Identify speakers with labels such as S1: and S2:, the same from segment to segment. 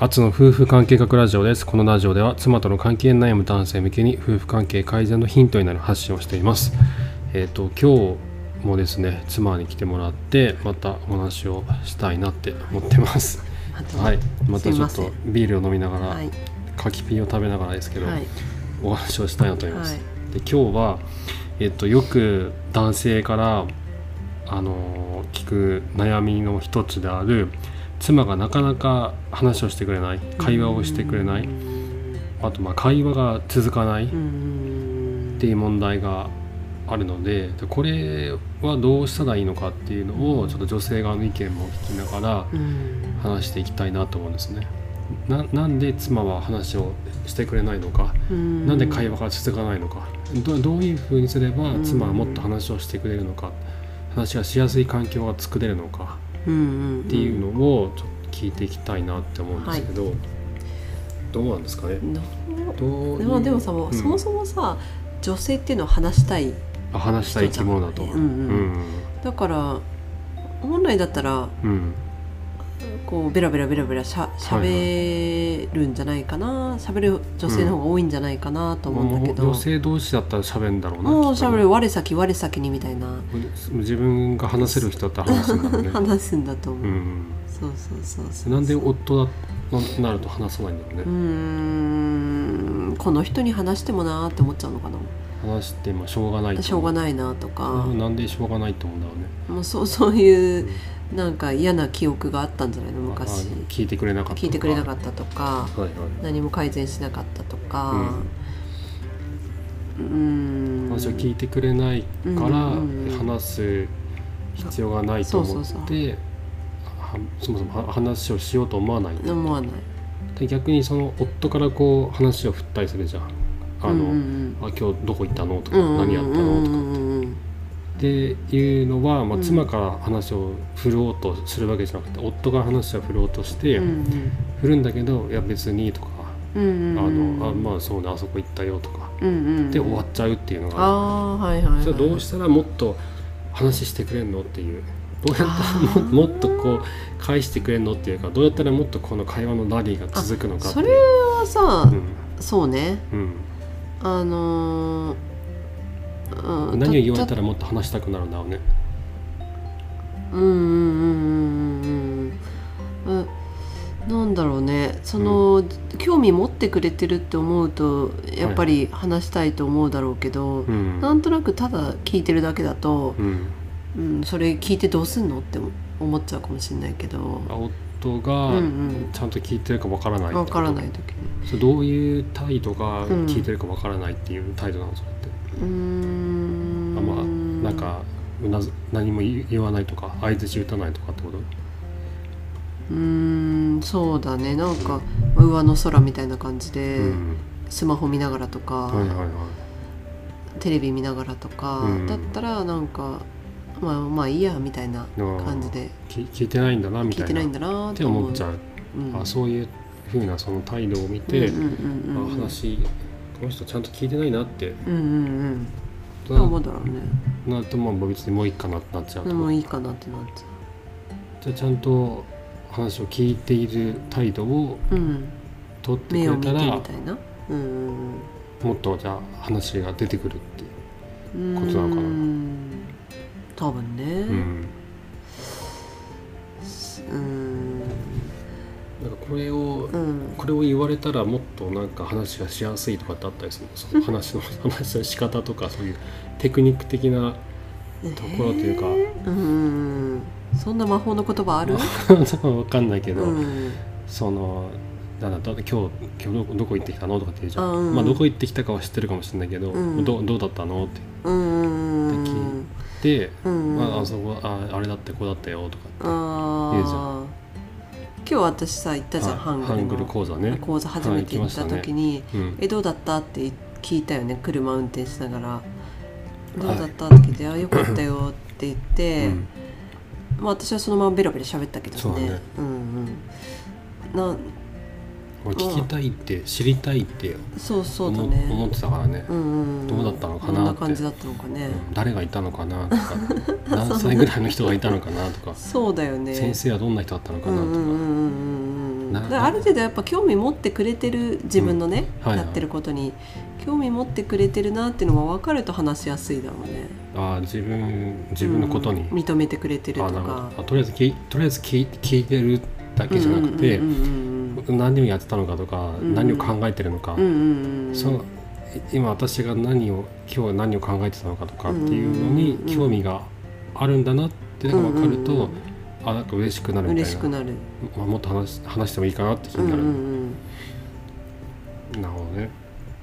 S1: アツの夫婦関係学ラジオです。このラジオでは妻との関係に悩む男性向けに夫婦関係改善のヒントになる発信をしています。えっ、と今日もですね妻に来てもらってまたお話をしたいなって思って ます。
S2: あと
S1: はい。また
S2: す
S1: ち
S2: い
S1: ょ
S2: ま
S1: っ
S2: せ
S1: と
S2: ん
S1: ビールを飲みながら、
S2: はい
S1: 柿ピンを食べながらですけど、
S2: はい
S1: お話をしたいなと思います。
S2: はい
S1: で今日は、えっと、よく男性から、あのー聞く悩みの一つである妻がなかなか話をしてくれない会話をしてくれないう
S2: ー
S1: あとまあ会話が続かないっ
S2: ん
S1: ていう問題があるのででこれはどうしたらいいのかっていうのをちょっと女性側の意見も聞きながら
S2: うん
S1: 話していきたいなと思うんですね。ななんで妻は話をしてくれないのか
S2: うん
S1: なんで会話が続かないのかどどういうふうにすれば妻はもっと話をしてくれるのか話がしやすい環境が作れるのか
S2: うん
S1: っていうのをちょっと聞いていきたいなって思うんですけど、どうなんですかね
S2: の
S1: どう
S2: でもでもさ、
S1: うん
S2: そもそもさ女性っていうのは話したい
S1: あ話した生き物だと。
S2: うん
S1: う
S2: うんんだから本来だったら
S1: うん
S2: こうベラベラベラベラしゃしゃべるんじゃないかなしゃべる女性の方が多いんじゃないかなと思うんだけど、
S1: 女性同士だったら喋るんだろうな
S2: もうしゃべる
S1: きっ
S2: 我先我先にみたいな
S1: とね自分が話せる人だったら話すんだろうね、
S2: 話すんだと思
S1: う
S2: う、
S1: ん、
S2: そうそうそうそう
S1: なんで夫だとなると話さないんだろうね、
S2: うーんこの人に話してもなーって思っちゃうのかな
S1: 話してもしょうがないと
S2: しょうがないなと
S1: な
S2: か
S1: んなんでしょうがないと思うんだろうね
S2: もうそう そういうなんか嫌な記憶があったんじゃないの昔
S1: ああ聞いてくれなかった
S2: 聞いてくれなか
S1: っ
S2: ったとか
S1: たはいはい
S2: 何も改善しなかったとかうーん
S1: 話を聞いてくれないから
S2: うんうんうん
S1: 話す必要がないと思
S2: そうそう
S1: ってはそもそもは話をしようと思わない
S2: 思わない
S1: で逆にその夫からこう話を振ったりするじゃんあの、
S2: うん
S1: あ今日どこ行ったのと
S2: う
S1: か、
S2: んうん
S1: 何やったのとか
S2: うんうんうん
S1: っていうのは、まあ、
S2: うん
S1: 妻から話を振ろうとするわけじゃなくて、夫が話を振ろうとして、振るんだけど「いや別に」とか
S2: うんう
S1: 「
S2: んうんうん
S1: あのあまあそうねあそこ行ったよ」とか
S2: うんうん
S1: で終わっちゃうっていうのが
S2: あーはいはいはい
S1: じゃあどうしたらもっと話してくれんのっていうどうやっ
S2: あ
S1: たら
S2: ー
S1: もも っとこう返してくれんのっていうかどうやったらもっとこの会話のラリーが続くのかって
S2: そ
S1: い
S2: れ
S1: う
S2: はさ
S1: うん
S2: そうね
S1: うん
S2: あのーうん
S1: 何を言わ
S2: た
S1: れたらもっと話したくなるんだろうね。
S2: うんうんうんうんうんうんなんだろうねその、興味持ってくれてるって思うとやっぱり話したいと思うだろうけど、
S1: うん
S2: なんとなくただ聞いてるだけだと、
S1: うん、
S2: うん、それ聞いてどうすんのって思っちゃうかもしれないけど
S1: 夫が
S2: うんうん
S1: ちゃんと聞いてるかわからない
S2: わからない
S1: い
S2: 時に
S1: どういう態度が聞いてるかわからないっていう態度なのそれって、
S2: うーん
S1: あまあなんかうなず何も言言わないとか相槌打たないとかってこと
S2: うーんそうだねなんか上の空みたいな感じで、
S1: うん
S2: スマホ見ながらとか、
S1: はいはいはい
S2: テレビ見ながらとか、
S1: うん
S2: だったらなんかまあまあいいやみたいな感じで
S1: き聞いてないんだなみ
S2: 聞
S1: た
S2: い
S1: い
S2: て
S1: な
S2: ないんだなー
S1: っ
S2: ってて
S1: 思
S2: 思
S1: っちゃ
S2: う。
S1: う、
S2: うん
S1: あそういうふうなその態度を見て、
S2: うんうんうんうん
S1: あ話この人ちゃんと聞いてないなって
S2: うんうんうん。
S1: な
S2: 思うだろうね。
S1: なるとまあ別にもういいかなってなっちゃうと
S2: でもいいかなってなっちゃ
S1: じゃあちゃんと話を聞いている態度を
S2: う。うん。
S1: 取って
S2: 目を
S1: くれ
S2: 見て
S1: た
S2: み
S1: ら
S2: たいな。うんうん
S1: もっとじゃあ話が出てくるっていう、
S2: うん。
S1: ことなのかな
S2: うん多分ね。
S1: う
S2: うん。
S1: ん、なんかこれを
S2: うん。
S1: これを言われたらもっとなんか話がしやすいとかってあったりするのその話の話の仕方とかそういうテクニック的なところというか
S2: えー。うんうんうん。そんな魔法の言葉ある？
S1: 分かんないけ
S2: う
S1: ど、
S2: ん。
S1: そのなんだだって今日今日どこどこ行ってきたのとかって言うじゃん、
S2: あうん
S1: まあ、どこ行ってきたかは知ってるかもしれないけど、
S2: うん
S1: どどうだったのって
S2: うんうんうん。
S1: 言って、
S2: うんうん
S1: まあ、あそこああれだってこうだったよとかって言うじゃ
S2: ああ今日私さ行ったじゃ
S1: は
S2: ん、
S1: い
S2: ハングルの
S1: ハングル講座ね、
S2: 講座初めて行った時に「
S1: うん
S2: えどうだった?」って聞いたよね車運転しながら「どうだった?」って聞いて「あよかったよ」って言っ
S1: う
S2: て、
S1: ん
S2: まあ、私はそのままベラベラ喋ったけどね
S1: そうだね
S2: うんうん、な
S1: 俺聞きたいって知りたいって
S2: そうそうだ
S1: 思,、
S2: ね
S1: 思ってたからね、
S2: うんうんん
S1: どうだったのかなって
S2: どんな感じだったのかね、
S1: うん誰がいたのかなと か何歳ぐらいの人がいたのかなとか
S2: そうだよね
S1: 先生はどんな人だったのか
S2: うん
S1: な
S2: うんうんうん
S1: と
S2: うんうんうん、
S1: な
S2: だからある程度やっぱ興味持ってくれてる自分のね、
S1: うんはいはい
S2: やってることに興味持ってくれてるなっていうのが分かると話しやすいだろうね
S1: ああ自分自分のことに、
S2: うん認めてくれてる
S1: あ
S2: と
S1: なるほど
S2: か
S1: あとりあえず聞いとりあえず聞い聞いてるだけじゃなくて、
S2: うんうん
S1: 何をやってたのかとか、
S2: うん
S1: 何を考えてるのか、
S2: うんうんうんうん
S1: そう今私が何を今日は何を考えてたのかとかっていうの
S2: う
S1: に
S2: んうんうん
S1: 興味があるんだなっていうのが分かると、
S2: うんうん
S1: あなんか嬉しくな
S2: うん
S1: るみ
S2: 嬉
S1: たい
S2: し
S1: な
S2: くなる
S1: まあ、もっと話し話してもいいかなって気
S2: うん
S1: にな
S2: う
S1: る、
S2: ん
S1: なるほどね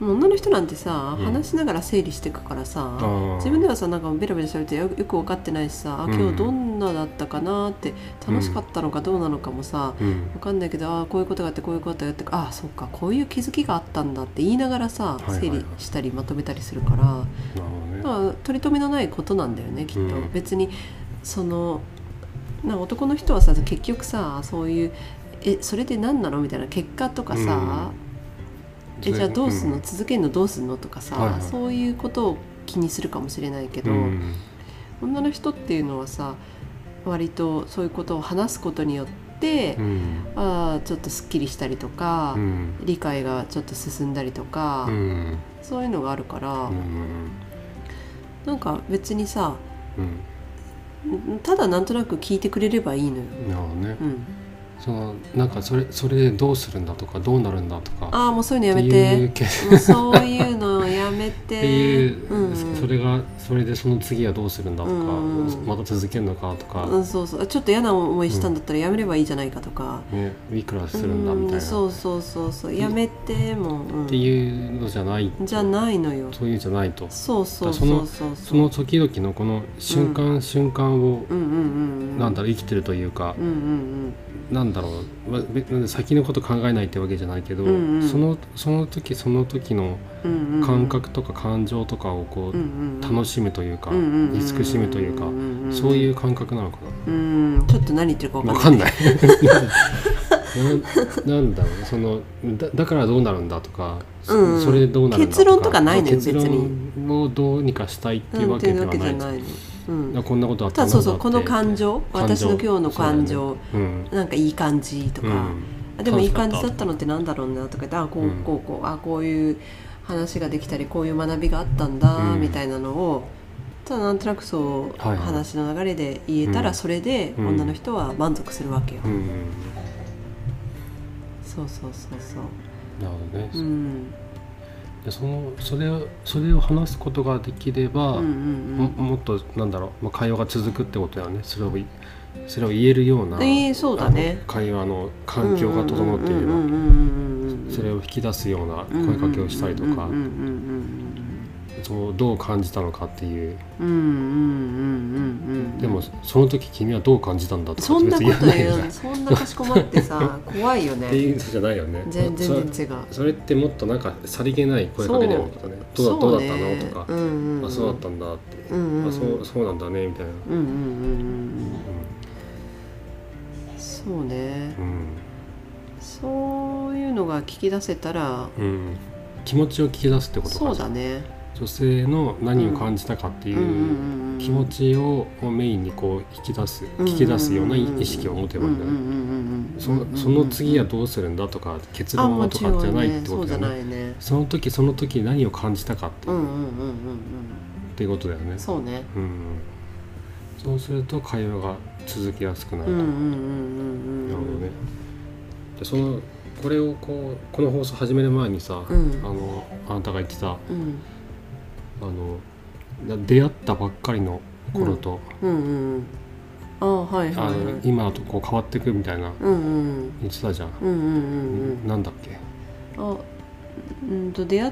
S2: うん女の人なんてさ、
S1: うん
S2: 話しながら整理していくからさ、
S1: あ
S2: 自分ではさなんかベラベラしゃべってよよく分かってないしさ、あ今
S1: うん
S2: 日どんなだったかなって楽しかったのかどうなのかもさ、
S1: で、うん
S2: 分かんないけどあーこういうことがあってこういうことがあってあーそっかこういう気づきがあったんだって言いながらさ
S1: いはいはい
S2: 整理したりまとめたりするから
S1: なるほどね
S2: だから取り留めのないことなんだよねきっと、
S1: うん
S2: 別にそのなんか男の人はさ結局さそういうえそれで何なのみたいな結果とかさ、
S1: うん
S2: えじゃあどうすんの、
S1: ん
S2: 続けるのどうすんのとかさ、
S1: はいはい
S2: そういうことを気にするかもしれないけど、
S1: うん
S2: 女の人っていうのはさ割とそういうことを話すことによって、
S1: うん
S2: あーちょっとすっきりしたりとか、
S1: うん
S2: 理解がちょっと進んだりとか、
S1: うん
S2: そういうのがあるから、
S1: うん
S2: なんか別にさ
S1: うん
S2: ただなんとなく聞いてくれればいいのよ。
S1: なるほどね
S2: うん、
S1: そのなんかそれそれでどうするんだとかどうなるんだとか
S2: ああもうそういうのやめ
S1: っていうけ
S2: て
S1: っ
S2: もうそういうのやめ て
S1: ていう、
S2: うん、
S1: それがそれでその次はどうするんだとか、
S2: うん
S1: また続けるのかとか、
S2: うん、そうそうちょっと嫌な思いしたんだったらやめればいいじゃないかとか、
S1: ね、いくらす
S2: うん、
S1: るんだみたいな、
S2: そうそうそうそうやめてもう、うん、
S1: っていうのじゃない
S2: じゃないのよ
S1: そういうんじゃないと
S2: そうそうそうそう
S1: その時々のこの瞬間瞬間を、
S2: うんうんうんうん
S1: なんだろう生きてるというか
S2: う、んうん
S1: なんだろうまべなんで先のこと考えないってわけじゃないけど、
S2: うんうん
S1: そのその時その時の
S2: うんうんうんうん
S1: 感覚とか感情とかをこう、
S2: 楽
S1: 楽しむというか、
S2: し
S1: 慈しむというか、そういう感覚なのか
S2: うんちょっと何言ってるか
S1: な
S2: 分
S1: わ
S2: か
S1: か
S2: ん
S1: ん
S2: な
S1: な
S2: い
S1: い ななんだろうそのだだからどうなるんだとか、そ
S2: うん
S1: それでどうなるんだとか
S2: 結論とかないのよ
S1: 結論をどうにかしたいっていう
S2: うん
S1: わ
S2: っ
S1: け
S2: てい
S1: で
S2: う
S1: は
S2: わけじ
S1: な
S2: ゃ
S1: い,、
S2: ないのうん
S1: こんなことあったた
S2: だ
S1: ん
S2: そ
S1: だ
S2: うそうこの
S1: って
S2: 感情私の今日の感情、
S1: そうだよね
S2: なんかいい感じと
S1: う
S2: か、
S1: んうん
S2: あでもいい感
S1: 楽
S2: じ
S1: しか
S2: だ
S1: っ
S2: ったたのってなんだろうなとか言ってあこう
S1: うん
S2: こうこうあこういう話ができたりこういう学びがあったんだ、
S1: うん
S2: みたいなのをただなんとなくそう、
S1: はいはい
S2: 話の流れで言えたら、
S1: うん
S2: それで
S1: うん
S2: 女の人は満足するわけよ、
S1: うんうん
S2: そうそうそうそ
S1: なるほどね、
S2: う、うん、
S1: でそのそれをそれを話すことができれば、
S2: うんうん
S1: ももっとなんだろう、まあ、会話が続くってことだよねそれをそれを言えるような、
S2: うんえー、そうだね
S1: あの会話の環境が整っていれば
S2: うんうんうんうんうんうんうん
S1: それを引き出すような声かけをしたりとか
S2: うんうん
S1: そうどう感じたのかっていう
S2: うんうんうんうんうんうんうん
S1: でもその時君はどう感じたんだとか
S2: そんなこと
S1: 別に言
S2: 言
S1: わ
S2: う
S1: ない
S2: のそんなかしこまってさ怖いよ
S1: って
S2: ね
S1: いうのじゃないよね
S2: 全
S1: そ
S2: 然
S1: れ
S2: 違う
S1: それってもっとなんかさりげない声かけでもとかねどうだどうだったのとか、
S2: そうねうんうん
S1: あそうだったんだって、
S2: うんうんうん
S1: あそうそうなんだねみたいな、
S2: うんうんうんうんそうね
S1: うん
S2: そういうのが聞き出せたら
S1: うんうん、気持ちを聞き出すってこと
S2: そ
S1: か
S2: うだね
S1: 女性の何を感じたかっていう
S2: うんうんうんうん
S1: 気持ちをメインにこう引き出す聞き出すような意識を持てばいいんだね、
S2: うんうんうんうん
S1: そのその次はどうするんだとか結
S2: あ
S1: 論
S2: も
S1: はと
S2: ちろ
S1: か
S2: んね
S1: じゃないって
S2: そ
S1: ことだ
S2: うじゃ
S1: よ
S2: な
S1: ね
S2: いね
S1: その時その時何を感じたかって,、
S2: うんうん
S1: っ
S2: うんうん
S1: ていうことだよね
S2: うんそうね
S1: うん、そうすると会話が続きやすくな
S2: う
S1: る
S2: ん
S1: と、
S2: うんう
S1: なる
S2: んうんうん
S1: ほどねでそのこれをこうこの放送始める前にさ、
S2: うん
S1: あのあなたが言ってたあ
S2: うん
S1: のな出会ったばっかりの頃と、
S2: うんうんうんああはいはい
S1: あ
S2: はい
S1: の今とこう変わってくみたいな
S2: うんうん
S1: 言ってたじゃん、
S2: うんうん
S1: なんだっけ
S2: うんあうんと出会っ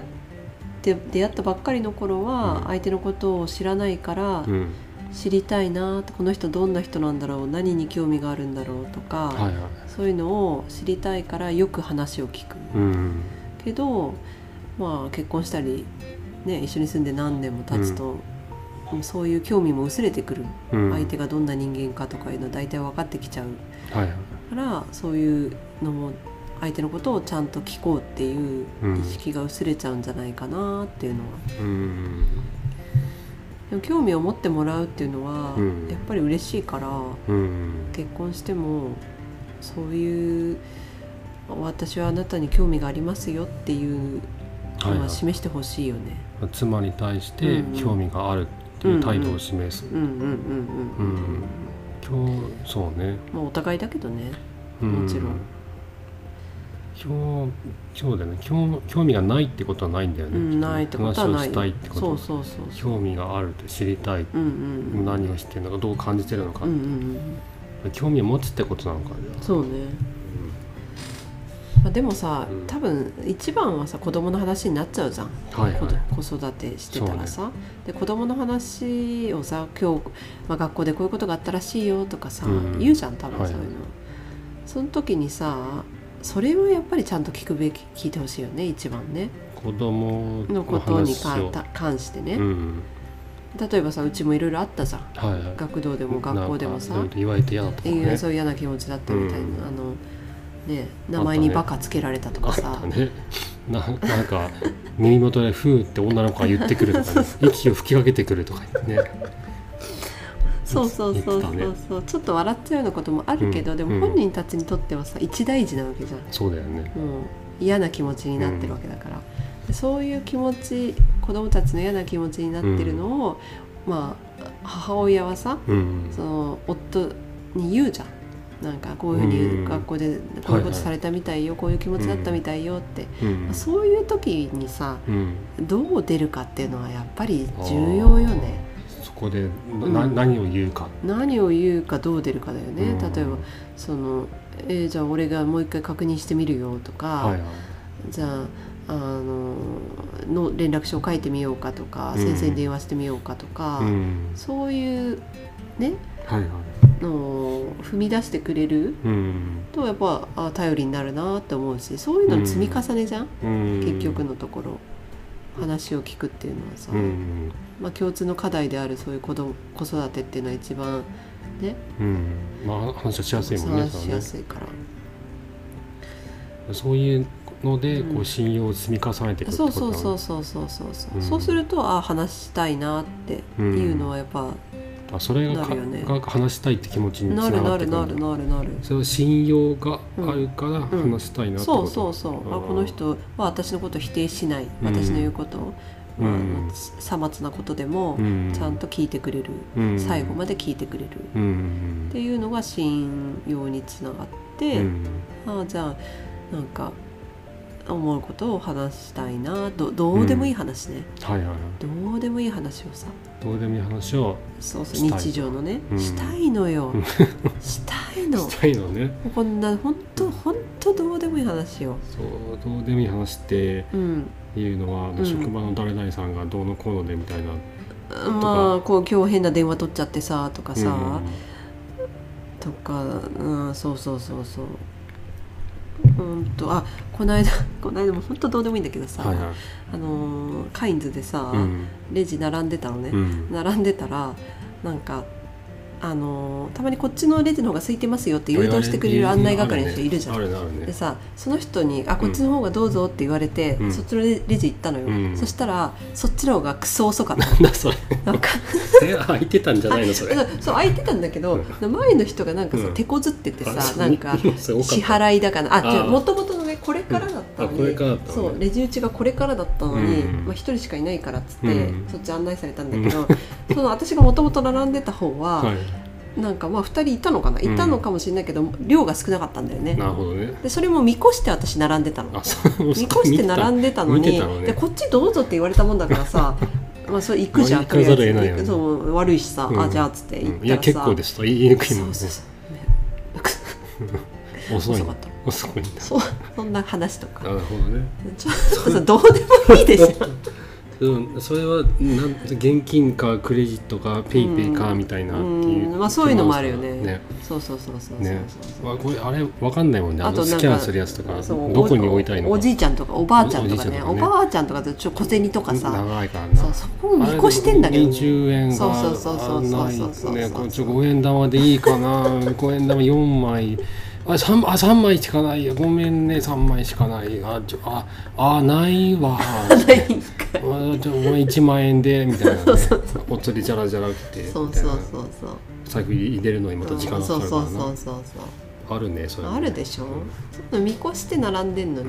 S2: て出会ったばっかりの頃
S1: う
S2: は
S1: ん
S2: 相手のことを知らないから
S1: うん
S2: 知りたいなとこの人どんな人なんだろう何に興味があるんだろうと
S1: は
S2: か
S1: いはい
S2: そういうのを知りたいからよく話を聞く
S1: うん
S2: けどまあ結婚したりね一緒に住んで何年も経つとそういう興味も薄れてくる
S1: うん
S2: 相手がどんな人間かとかいうの大体分かってきちゃう
S1: はいはい
S2: からそういうのも相手のことをちゃんと聞こうっていう意識が薄れちゃうんじゃないかなっていうのは、
S1: うん
S2: でも興味を持ってもらうっていうのは、
S1: うん
S2: やっぱり嬉しいから
S1: うん
S2: 結婚してもそういう私はあなたに興味がありますよっていう
S1: はい
S2: の
S1: は
S2: はい示してほしいよね。
S1: 妻に対して興味があるっていう態度を示す、
S2: うんうんうんう
S1: う
S2: ん。
S1: ん今日そうね、
S2: まあお互いだけどね。
S1: うん、
S2: もちろん
S1: 今日そうだよね興興味がないってことはないんだよ
S2: う
S1: ね、
S2: んないってことはな
S1: 話を
S2: い。
S1: したいってこと
S2: そうそうそうそう。
S1: 興味があるって知りたい、
S2: うんうんうん。
S1: 何をしてるのかどう感じてるのか、
S2: うんうんうん。
S1: 興味を持つってことなのかじゃあ
S2: そうね。まあでもさ
S1: うん、
S2: 多分一番はさ子供の話になっちゃうじゃん。
S1: はい
S2: 子
S1: は
S2: ど
S1: い
S2: 子育てしてたらさ、で子供の話をさ今日、まあ、学校でこういうことがあったらしいよとかさ、
S1: うん
S2: 言うじゃん多分
S1: はい
S2: そういうの、その時にさそれはやっぱりちゃんと聞くべき聞いてほしいよね一番ね
S1: 子供
S2: の
S1: の
S2: ことに
S1: 話
S2: か
S1: を
S2: た関してね、
S1: うん
S2: 例えばさうちもいろいろあったじゃん
S1: はいはい
S2: 学童でも学校でもさ
S1: なんかいろいろ言われて嫌だった
S2: いや
S1: ね
S2: そういう嫌な気持ちだったみたいな、
S1: うん
S2: あのね名前にバカつけられたと
S1: あ
S2: か
S1: っ
S2: さ、
S1: たねななんか耳元で「ふー」って女の子が言ってくるとか、ね、息を吹きかけてくるとかね
S2: そうそうそう
S1: 言
S2: そ
S1: ってた
S2: う
S1: ね
S2: そう、ちょっと笑っちゃうようなこともあるけど、
S1: うん
S2: で
S1: うん
S2: も本人たちにとってはさ一大事なわけじゃん
S1: そうだよね
S2: もう嫌な気持ちになってるわけだから、でそういう気持ち子供たちの嫌な気持ちになってるのを、まあ母親はさ
S1: うん
S2: その夫に言うじゃんなんかこういうふう
S1: うん
S2: に学校でこういうことされたみたいよ、こういう気持ちだったみたいよって、
S1: うん
S2: そういう時にさ
S1: うん
S2: どう出るかっていうのはやっぱり重要よね。
S1: そこでな、
S2: うん
S1: 何を言うか、
S2: 何を言うかどう出るかだよね、
S1: うん
S2: 例えばその、えーじゃあ俺がもう一回確認してみるよとか、
S1: はいはい
S2: じゃああのの連絡書を書いてみようかとか、
S1: うん
S2: 先生に電話してみようかとか、
S1: うん
S2: そういうね
S1: はいはい
S2: のを踏み出してくれる
S1: うん
S2: とやっぱあ頼りになるなって思うしそういうのの積み重ねじゃん、
S1: うん
S2: 結局のところ話を聞くっていうのはさ、
S1: うん
S2: まあ、共通の課題であるそういう子供子育てっていうのは一番ね
S1: うんまあ話はしやすいもんね
S2: 話
S1: それ
S2: し
S1: は
S2: や
S1: ね
S2: すいから。
S1: そういうので
S2: うん
S1: こう信用を積み重ねていくって
S2: そ
S1: こ
S2: うそ
S1: と
S2: う
S1: だ
S2: そ
S1: ね
S2: うそうそうそうそう、
S1: うん
S2: そうするとあ話したいなっていうのはやっぱ、
S1: あそれが
S2: なるよね
S1: かが話したいって気持ちにつ
S2: なる
S1: なが
S2: な
S1: ってく
S2: る
S1: る
S2: なん
S1: だ
S2: るなるなる
S1: それは信用があるから
S2: うん
S1: 話したいなってこ
S2: そ
S1: と
S2: うそうそうあこの人は私のことを否定しない、
S1: うん
S2: 私の言うことを、
S1: う
S2: まあ
S1: ん
S2: さまつなことでも
S1: うん
S2: ちゃんと聞いてくれる、
S1: うん
S2: 最後まで聞いてくれる、っ
S1: うん
S2: ていうのが信用につながっ
S1: う
S2: て、
S1: ん
S2: ああじゃあなんか思うことを話したいなどどうでもいい話ね、
S1: はいはいはい
S2: どうでもいい話をさ
S1: どうでもいい話を
S2: そうそう
S1: したい
S2: 日常のね、
S1: うん
S2: したいのよしたいの
S1: したいのね
S2: こんな本当本当どうでもいい話よ、
S1: そうどうでもいい話って
S2: うん、
S1: いうのは、あの
S2: うん
S1: 職場の誰々さんがどうのこうのでみたいな
S2: まあこう今日変な電話取っちゃってさとかさ、
S1: う
S2: とか、うん、そうそうそうそううんとあこの間 この間も本当どうでもいいんだけどさ、
S1: んはいはい
S2: あのーカインズでさ、
S1: うん
S2: レジ並んでたのね、
S1: うん
S2: 並んでたらなんかあのーたまにこっちのレジの方が空いてますよって誘導してくれる案内係の人いるじゃん
S1: あ。るねあるね
S2: でさその人に「あこっちの方がどうぞ」って言われて、
S1: うん
S2: そっちのレジ行ったのよ、
S1: うん
S2: そしたらそっちの方がクソ遅か っ
S1: なんだそ れ
S2: たなんか
S1: 手が空いてたんじゃないのそれ
S2: あそう空いてたんだけど前の人がなんかさ、
S1: うん
S2: 手こずっててさ
S1: あそう
S2: なんか
S1: それ多かっ
S2: 支
S1: た
S2: 払いだからあじゃ
S1: あ
S2: あ
S1: ー
S2: もともとのねこれからだったの
S1: うんあ
S2: に、
S1: これからだったのね
S2: そうレジ打ちがこれからだったのに、
S1: うん
S2: まあ、1人しかいないからっつって、
S1: うん
S2: そっち案内されたんだけど、 その私がもともと並んでた方は、
S1: はい
S2: なんかまあ2人いたのかないたのかもしれないけど、量が少なかったんだよね
S1: なるほどね
S2: でそれも見越して私並んでたの
S1: あそう
S2: 見越して並んでたの
S1: 見て
S2: に
S1: たのね
S2: でこっちどうぞって言われたもんだか らさまあそれ行くじゃん
S1: まあ行かざるを得ないよね
S2: とりあえずそう悪いしさ、
S1: うん
S2: あじゃあっつって行ったら
S1: うん
S2: さ
S1: いや結構ですと言いにくいもんね
S2: そうそうそうね
S1: 遅い
S2: 遅
S1: の
S2: かった
S1: 遅いんだ
S2: そうそんな話と
S1: な
S2: か
S1: るほどね
S2: ちょっとさどうでもいいでしょ
S1: でもそれはなん現金かクレジットかペイペイかみた いなっていう、
S2: うんまあそういうのもあるよね
S1: ね
S2: そうそうそうそうそうそう
S1: ねわこれあれわかんないもんねあ
S2: あと
S1: の
S2: なんか
S1: スキャンするやつとか
S2: そう
S1: どこに置いたいの
S2: お
S1: か
S2: おじいちゃんとかおばあちゃんとかね
S1: お
S2: お
S1: おじいちゃんとかね
S2: ばあちゃんとかちょっと小銭とかさ
S1: 長いから
S2: そ
S1: な
S2: うそこを見越してんだけどね
S1: 20円が
S2: そうそうそうそうそうそう
S1: あんないねこ
S2: そう
S1: うちょ5円玉でいいかな 5円玉4枚あ三あ三枚しかないよごめんね3枚しかないあちょああないわ
S2: ないんかい
S1: あじゃあごめん1万円でみたいなね
S2: そうそう
S1: お釣りじゃらじゃら来て
S2: そう
S1: みたい
S2: そう
S1: な
S2: そうそう
S1: 財布入れるのにまた時間がかか
S2: そ
S1: る
S2: う
S1: から
S2: そう
S1: な
S2: そうそうそう
S1: あるねそれ
S2: あるでしょちょっと見越して並んでんの に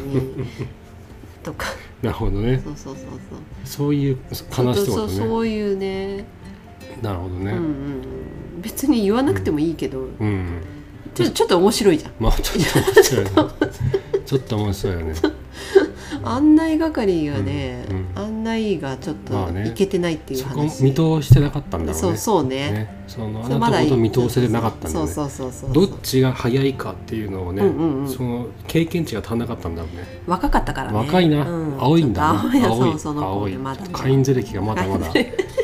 S2: とか
S1: なるほどね
S2: そうそうそうそう
S1: そういう話ってこと
S2: そうそ
S1: ね
S2: ういうね
S1: なるほどね
S2: うんうん、別に言わなくてもいいけど、
S1: うん、
S2: ちょちょっと面白いじゃん
S1: まあちょっと面白 いねちょっと面白いよね
S2: 案内係がね、
S1: うんうん
S2: 案内がちょっ
S1: ま
S2: と
S1: あね
S2: いけてないっていう
S1: そこ
S2: 話、
S1: 見通してなかったんだろうね
S2: そうそうね
S1: ねそのあ
S2: そう
S1: なたのこと
S2: い
S1: 見通せてなかったんだ
S2: そ
S1: よ
S2: う
S1: ね
S2: そうそうそう
S1: どっちが早いかっていうのをね、
S2: うんうんうん
S1: その経験値が足んなかったんだろうね。
S2: 若かったからね
S1: 若いな、
S2: うん
S1: 青いんだ、
S2: ちょっ
S1: ね、
S2: と
S1: 青
S2: 青いそう
S1: い、
S2: その子
S1: 青
S2: ね
S1: い
S2: まだね、
S1: 会員税歴がまだまだ、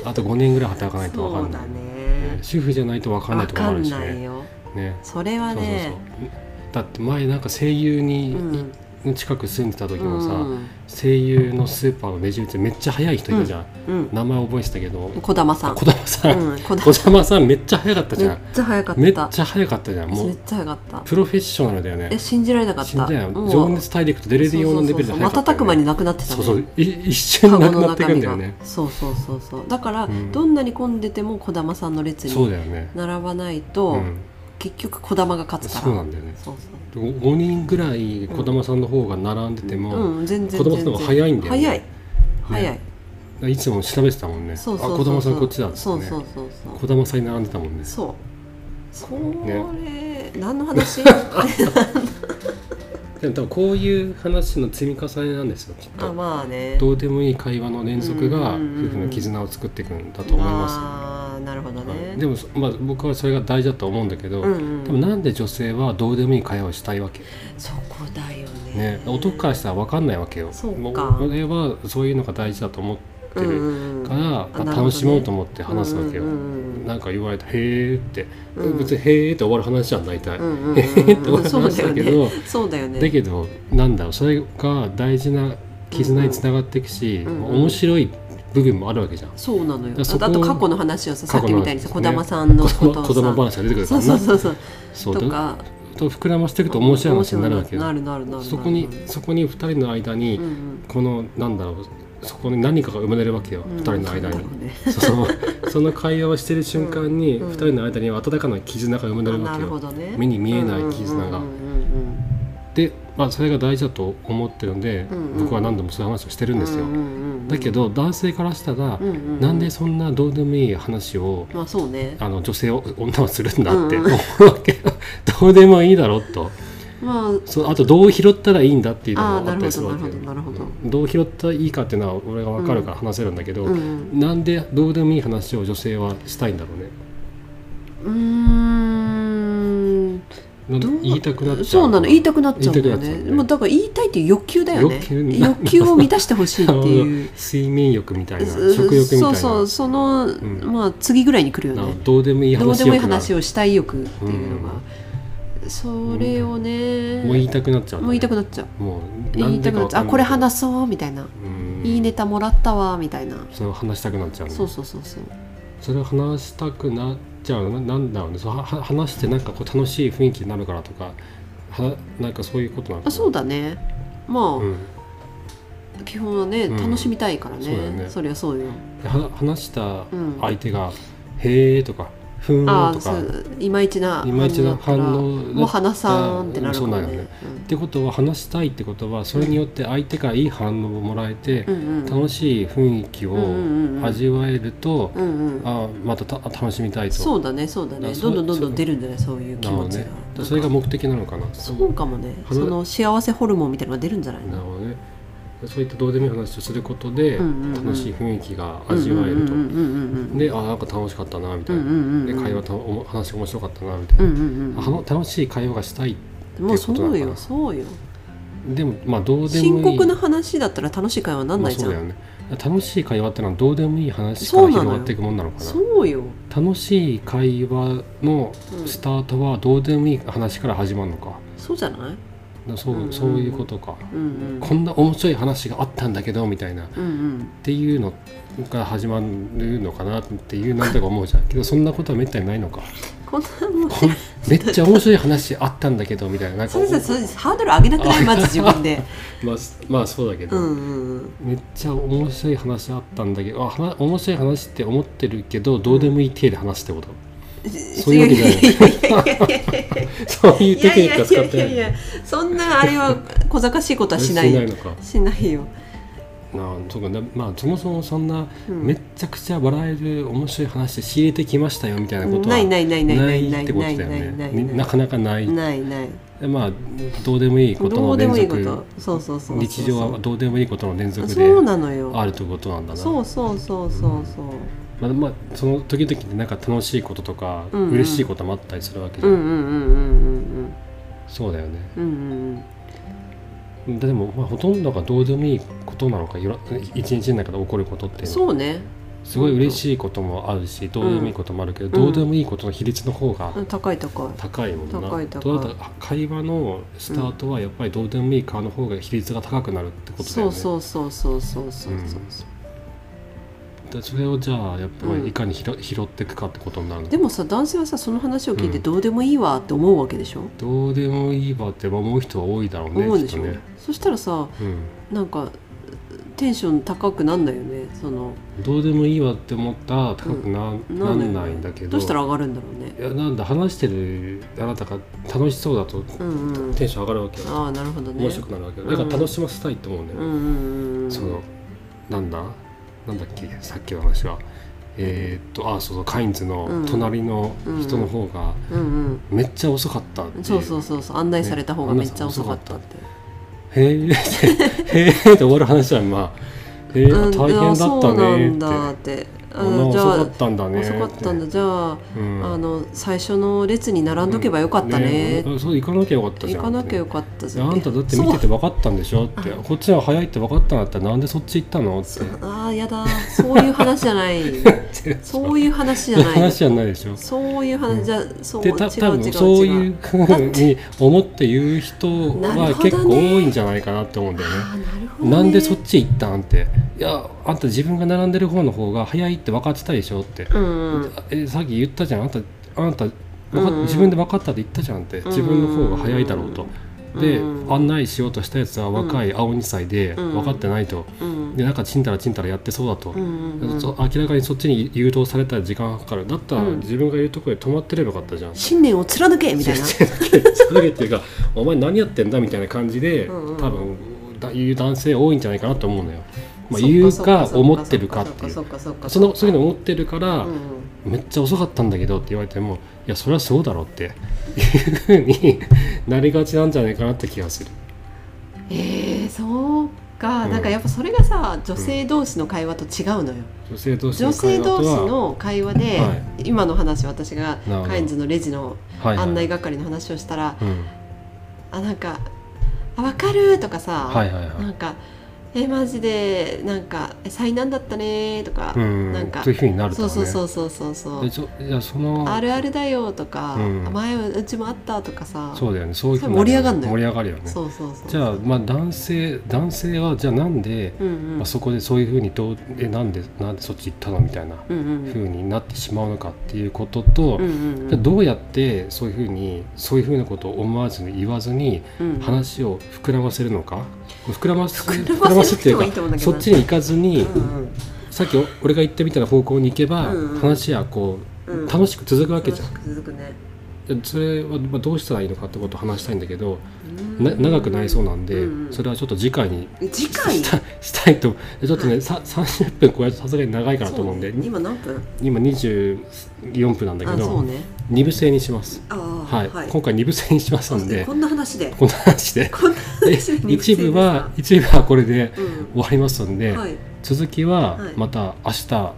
S1: あと5年ぐらい働かないとわかんない
S2: そう
S1: ね
S2: だ。ね
S1: 主婦じゃないとわかんない
S2: わ
S1: ところ
S2: か
S1: もある
S2: ん
S1: し
S2: ない
S1: ね。
S2: よ
S1: ね、
S2: それは
S1: そうそう
S2: ね
S1: そう。だって前なんか声優に
S2: うん
S1: 近く住んでた時もさ、
S2: うん
S1: 声優のスーパーのレジ打ちめっちゃ早い人いたじゃん。
S2: うん
S1: 名前覚えてたけど、
S2: 児玉さん
S1: 小玉さん、
S2: う ん児玉
S1: 小玉さんめっちゃ早かった
S2: め
S1: じ
S2: っ
S1: ゃん。
S2: ちゃ早かった
S1: めっちゃ早かったじゃん。も
S2: めっ
S1: う
S2: ちゃ早かった
S1: プロフェッショナルだよね。
S2: え信じられなかった
S1: 死んだよ
S2: もう
S1: 情熱大陸と出れるようなレベルで早かった
S2: 瞬
S1: よ
S2: く間になくなってた
S1: そ
S2: ね
S1: うそうい一瞬な
S2: カ
S1: く
S2: ゴの
S1: なって
S2: 中
S1: くん
S2: 身
S1: だ
S2: が
S1: よね
S2: そうそうそうそうだから、
S1: うん
S2: どんなに混んでても児玉さんの列
S1: そう
S2: に
S1: だよね
S2: 並ばないと、
S1: うん
S2: 結局児玉が勝つから
S1: そうなんだよね
S2: そう
S1: ご5人ぐらい児玉さんの方が並んでて
S2: そう
S1: も、
S2: うん全然
S1: 児玉さんの方が早いんだよね
S2: 早い早い、
S1: いつも調べてたもんね
S2: そうそうそう
S1: あ児玉さんこっちだっつ
S2: そ
S1: っ
S2: う
S1: て
S2: そう
S1: ね
S2: そうそう
S1: 児玉さんに並んでたもんね
S2: そうそれ、
S1: ね
S2: 何の 話
S1: でも多分こういう話の積み重ねなんですよきっ
S2: あ
S1: と
S2: まあね
S1: どうでもいい会話の連続が夫
S2: うんうんうんうん
S1: 婦の絆を作っていくんだと思いま
S2: あーなるほど
S1: すよ、
S2: ね、
S1: はいでも、そまあ、僕はそれが大事だと思うんだけど、
S2: うんうん
S1: でもなんで女性はどうでもいい会話をしたいわけ
S2: そこだよね
S1: ね、男からしたら分かんないわけよ。
S2: そうか
S1: も俺はそういうのが大事だと思ってるから、まあ
S2: なるほどね
S1: 楽しもうと思って話すわけよ。
S2: うんうんうん
S1: なんか言われた「へえ」って、
S2: うん
S1: 別に「へえ」って終わる話じゃん大体。
S2: うんうんうん
S1: へえ って終わる
S2: そう
S1: 話
S2: だよ
S1: だけ
S2: ね
S1: どだ,、
S2: そうだよね
S1: けどなんだろうそれが大事な絆につながっていくし、
S2: んうん
S1: 面白い部分もあるわけじゃん。
S2: そうなのよ
S1: だからそこ
S2: あと過去の話をささっきみたいにさ
S1: 過去
S2: 児
S1: の
S2: 玉さんのこ
S1: 子
S2: と
S1: 供
S2: をさ
S1: 子供話が出てくるか
S2: そ
S1: ら
S2: う
S1: な
S2: そうそうそ
S1: そ
S2: う
S1: う
S2: と
S1: だ
S2: か
S1: と膨らましていくと面白い話になるわけよ。
S2: なるなるなるなる
S1: そこにそこに2人の間に、
S2: うんうん
S1: このなんだろうそこに何かが生まれるわけよ、
S2: うん
S1: 二人の間
S2: そう
S1: に
S2: だろうね
S1: その その会話をしてる瞬間に、
S2: うん
S1: 二人の間に温かな絆が生まれ
S2: あ
S1: るわ
S2: な
S1: け
S2: る
S1: よ、
S2: ほどね
S1: 目に見えない絆が
S2: うんうん
S1: で、まあ、それが大事だと思ってるんで、
S2: うんうん
S1: 僕は何度もそういう話をしてるんですよ、
S2: うんうんうん
S1: だけど男性からしたら、
S2: うんうんうん
S1: なんでそんなどうでもいい話を
S2: まあそうね
S1: あの女性を女はするんだって
S2: うん
S1: 思う
S2: う
S1: わけよ、どうでもいいだろと
S2: まあ
S1: そうあとどう拾ったらいいんだっていうの
S2: あー
S1: もあっ
S2: な
S1: たり
S2: る
S1: す
S2: ほ
S1: る
S2: ど
S1: わけ
S2: な
S1: よ
S2: るほどなるほど
S1: どう拾ったらいいかっていうのは俺が分かるから話せるんだけど、
S2: うんうん
S1: なんでどうでもいい話を女性はしたいんだろうね
S2: うーん
S1: なん
S2: どう
S1: 言いたくなっちゃう
S2: そうなの言いたくなっちゃうんだ
S1: 言
S2: よ
S1: いたくなっちゃうね
S2: ねもうだから言いたいっていう欲求だよね
S1: 欲求な
S2: 欲求を満たしてほしいっていう
S1: 睡眠欲みたいな
S2: う
S1: 食欲みたいな
S2: そうそうその、
S1: ん
S2: まあ次ぐらいに来るよ
S1: なん
S2: ね
S1: かどうでもいい話
S2: どうでもいい話
S1: を
S2: をしたい欲っていうのが、それをね、
S1: もう言いたくなっちゃう、
S2: もう言いた
S1: な
S2: くなっちゃう
S1: もう
S2: 言いたくなっちゃうあこれ話そうみたいな、いいネ
S1: と
S2: タもらったわみたいな、
S1: それを話したくなっちゃう,、ね、
S2: そうそうそうそう
S1: それを話したくなっちゃうななんだろうねそうはは話してなんかこう楽しい雰囲気になるからとかはなんかそういうことなのか
S2: あ
S1: な
S2: そうだねまあ、
S1: うん
S2: 基本はね
S1: うん
S2: 楽しみたいからね,、
S1: そうだよね
S2: りゃそうよ
S1: では話した
S2: うん
S1: 相手が「へえ」とか「ふーん」
S2: ああ
S1: と
S2: そ
S1: か
S2: ういまいちな
S1: 今一の反
S2: だ
S1: 応
S2: っ
S1: だったた
S2: らもう花さんってなるか
S1: そうな
S2: ら
S1: んよ
S2: ね
S1: ねってことは話したいってことはそれによって相手からいい反応をもらえて
S2: うんうん
S1: 楽しい雰囲気
S2: うんうんう
S1: を
S2: ん
S1: 味わえると
S2: うんうん
S1: あまたた楽しみたいと
S2: そうだねそうだ
S1: だか
S2: ね
S1: ら
S2: どんどんどんど
S1: そ
S2: ん
S1: う
S2: 出るんじゃないそういう気
S1: なの
S2: 持ち
S1: ね
S2: が
S1: それが目的なのかな
S2: そうかもね
S1: 花
S2: その幸せホルモンみたいなのが出るんじゃない
S1: なる
S2: の
S1: ほどねそういったどうでもいい話をすることで
S2: うんうんうん
S1: 楽しい雰囲気が味わえると
S2: うんうんうん
S1: であなんか楽しかったなみた
S2: う
S1: い
S2: ん
S1: な
S2: うんうん
S1: で
S2: うんうん
S1: 会話たお話面白かったなみたい
S2: うん
S1: な
S2: うん
S1: あの楽しい会話がしたい
S2: うんもうそ
S1: っていうことなの
S2: う
S1: か
S2: よ
S1: な
S2: そうよ
S1: でもまあどうでもいい
S2: 深刻な話だったら楽しい会話になんないじゃ
S1: まあそうんだよね楽しい会話ってのはどうでもいい話から広がっていくもんなのかな
S2: そうよ
S1: 楽しい会話の
S2: うん
S1: スタートはどうでもいい話から始まるのか,、
S2: そうじゃない
S1: そう
S2: うん
S1: そういうことか、
S2: うんうん
S1: こんな面白い話があったんだけどみたいなっ
S2: うんうん
S1: ていうのが始まるのかなっていうなんとか思うじゃんけどそんなことはめったにないのか
S2: こんなもん
S1: こんめっちゃ面白い話あったんだけどみたいななんか
S2: そうですそうですハードル上げなくないまず自分 で
S1: まあ、まあそうだけ
S2: う
S1: ど、
S2: んうんうん
S1: めっちゃ面白い話あったんだけどあはな面白い話って思ってるけどどうでもいい体で話すってこと、そういうわけじゃないそういう
S2: い
S1: テ
S2: や
S1: ク
S2: い
S1: ニック
S2: やい
S1: は使
S2: や
S1: っ
S2: いや
S1: て
S2: い
S1: ない
S2: やそんなあれは小賢しいことはしない
S1: しないのか
S2: しないよ、
S1: なあそうかねまあそもそもそんな
S2: うん
S1: めっちゃくちゃ笑える面白い話で仕入れてきましたよみたいなことは
S2: ないないないないない
S1: ないってことだよね
S2: ないないない
S1: ねなかなかない
S2: ないない
S1: でまあどうでもいいこと
S2: ど
S1: の
S2: うで
S1: 連
S2: もいい
S1: 続
S2: ことそうそうそうそう
S1: 日常はどうでもいいことの連続で
S2: そうなのよ
S1: あるということなんだな
S2: そうそうそうそうそう
S1: まあ、まあその時々でなんか楽しいこととか、
S2: うんうん
S1: 嬉しいこともあったりするわけじ
S2: う
S1: ゃん、
S2: んうんうんうん
S1: そうだよね
S2: うんうんうんうん
S1: ででも、まあ、ほとんどがどうでもいいことなのかいろ一日の中で起こることって
S2: そうね
S1: すごい嬉しいこともあるしどうでもいいこともあるけど、どうでもいいことの比率の方が
S2: 高い高い
S1: 高いもんな、
S2: 高い高い
S1: となったら会話のスタートはやっぱりどうでもいいかの方が比率が高くなるってことだ
S2: そ
S1: よ
S2: う
S1: ね
S2: そうそうそうそうそうそうそう
S1: でそれをじゃあやっぱ
S2: うん
S1: りいかに拾,、拾っていくかってことになるの
S2: でもさ男性はさその話を聞いて
S1: うん
S2: どうでもいいわって思うわけでしょ、
S1: どうでもいいわって思う人は多いだろうね
S2: 思うで
S1: き
S2: し
S1: っ
S2: ょ、
S1: とね、
S2: そしたらさ
S1: うん、
S2: なんかテンション高くなんないよねその
S1: どうでもいいわって思ったら高くな,、
S2: な
S1: なんん
S2: だ
S1: な
S2: よね
S1: いんだけど
S2: どうしたら上がるんだろうね
S1: いやなんだ話してるあなたが楽しそうだと
S2: うんうん
S1: テンション上がるわけよ、
S2: ああなるほどね
S1: 面白くなるわけよだから楽しませたいと思うんだ
S2: う
S1: よ
S2: ん
S1: ね、
S2: うんうん
S1: そのなんだなんだっけさっきの話はえーっとあそうそうカインズの隣の人の方が
S2: うん
S1: めっちゃ遅かったって
S2: う
S1: い
S2: ん
S1: う
S2: そうそうそうそう案内された方がめっちゃ遅かったって、
S1: へえへえって終 わる話はまあへえ
S2: う
S1: 大
S2: ん
S1: 変だったねって
S2: あそうなんだって
S1: こ
S2: あ
S1: んな
S2: じ
S1: 遅
S2: ゃ
S1: か
S2: あ
S1: ったんだね
S2: 遅かったんだ
S1: って
S2: じゃあ、
S1: うん
S2: あの最初の列に並んどけばよかったね,、
S1: えそう行かなきゃよかったじ
S2: 行
S1: ゃん
S2: かなきゃよかったじ
S1: いや
S2: ゃん
S1: あんただって見てて分かったんでしょってこっちは早いって分かったんだったらなんでそっち行ったのって
S2: ああやだそういう話じ ゃないそういう話じ
S1: そうい
S2: ゃ
S1: う
S2: ない
S1: 話じゃないでしょ
S2: そういう話じゃ、そう違
S1: で
S2: う
S1: た
S2: 違
S1: 多
S2: う違
S1: 分
S2: う
S1: そういうふうに思って言う人
S2: なる
S1: は
S2: ほどね
S1: 結構多いんじゃないかなって思うんだよね。
S2: あなるほど、ね、
S1: なんでそっち行ったんっていやあんた自分が並んでる方の方が早いって分かってたでしょって、
S2: うんうん
S1: えさっき言ったじゃんあんたあんた分かっ
S2: うん
S1: 自分で分かったって言ったじゃんって自分の方が早いだろうと。で
S2: うん
S1: 案内しようとしたやつは若い青2歳で
S2: うん
S1: 分かってないと
S2: うん
S1: でなんかちんたらちんたらやってそうだと
S2: う、んうん
S1: そ明らかにそっちに誘導されたら時間がかかるだったら
S2: うん
S1: 自分がいるところで止まってればよかった じゃん、
S2: 信念を貫けみたいな
S1: それっていうか「お前何やってんだ」みたいな感じで、
S2: うんうん
S1: 多分だ言う男性多いんじゃないかなと思うのよ。 まあ、
S2: そっ
S1: 言う
S2: そっ
S1: か
S2: そっ
S1: 思ってるかっていう
S2: そっかそっか
S1: そ
S2: そっ
S1: の
S2: か
S1: そういうの思ってるから、
S2: うん
S1: めっちゃ遅かったんだけどって言われてもいやそれはそうだろうっていうふうになりがちなんじゃないかなって気がする。
S2: えー、そうか、
S1: うん
S2: なんかやっぱそれがさ女性同士の会話と違うのよ、
S1: 女性同士の
S2: 女性
S1: 会話とは
S2: 同士の会話で、
S1: は
S2: 今の話私が
S1: るほど
S2: カインズのレジの
S1: はいはい
S2: 案内係の話をしたら、
S1: うん
S2: あなんか「あ分かる」とかさ、
S1: はいはいは
S2: ないんか「えマジでなんかえ災難だったね」とか、
S1: うん
S2: なんか
S1: というふうになると
S2: そう
S1: ね。
S2: そうそうそうそうそう
S1: でちょいやその
S2: あるあるだよとか、
S1: うん
S2: 前うちもあったとかさ
S1: そうだよねそういうふうに
S2: 盛り上がんのよ
S1: 盛り上がるよね。
S2: そうそうそう
S1: じゃあまあ男性男性はじゃあなんで、
S2: うんうん
S1: まあ、そこでそういうふうにどうえなんでなんでそっち行ったのみたいな
S2: うんうん
S1: ふうになってしまうのかっていうことと、
S2: うんうん
S1: じゃあどうやってそういうふうにそういうふうなことを思わずに言わずに
S2: うんうん
S1: 話を膨らませるのか膨らます
S2: 膨らま
S1: 膨
S2: せなくても
S1: らませっていう
S2: いいと思うん
S1: か
S2: だけど
S1: そっちに行かずに、さっきお俺が言ったみたいな方向に行けば、
S2: うんうん
S1: 話はこう、
S2: うん
S1: 楽しく続くわけ
S2: 楽
S1: じゃ
S2: しく続く
S1: ん。
S2: ね
S1: でそれはまあどうしたらいいのかってことを話したいんだけど、
S2: うん
S1: な長くなりそうなんで、
S2: うんうん
S1: それはちょっと次回に
S2: 次回
S1: した したいとちょっとね、さ30分これさすがに長いかなと思うんで、
S2: そうね今何分
S1: 今24分なんだけ
S2: あそう
S1: ど、
S2: ね
S1: 二部制にします、
S2: あー
S1: はい今回二部制にします
S2: そうんで
S1: です
S2: ねこんな話で
S1: こんな話で
S2: こんな
S1: で
S2: 話で
S1: 一部は一部はこれで
S2: うん
S1: 終わりますんで、
S2: はい
S1: 続きは
S2: はい
S1: また明日,、あ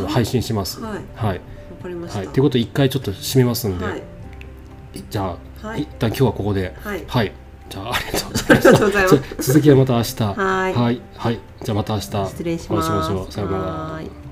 S1: の配信します。
S2: はいわ
S1: はい
S2: かりました
S1: はい、ということで一回ちょっと締めますんで、
S2: はい
S1: じゃあ、
S2: はい
S1: 一旦今日はここで
S2: はい
S1: はい、じゃあありがとうございます
S2: ありがとうございま す
S1: 続きはまた明日。
S2: はい
S1: はい。はいじゃあまた明日。
S2: 失礼します
S1: お会いしましょう。さようなら。
S2: はい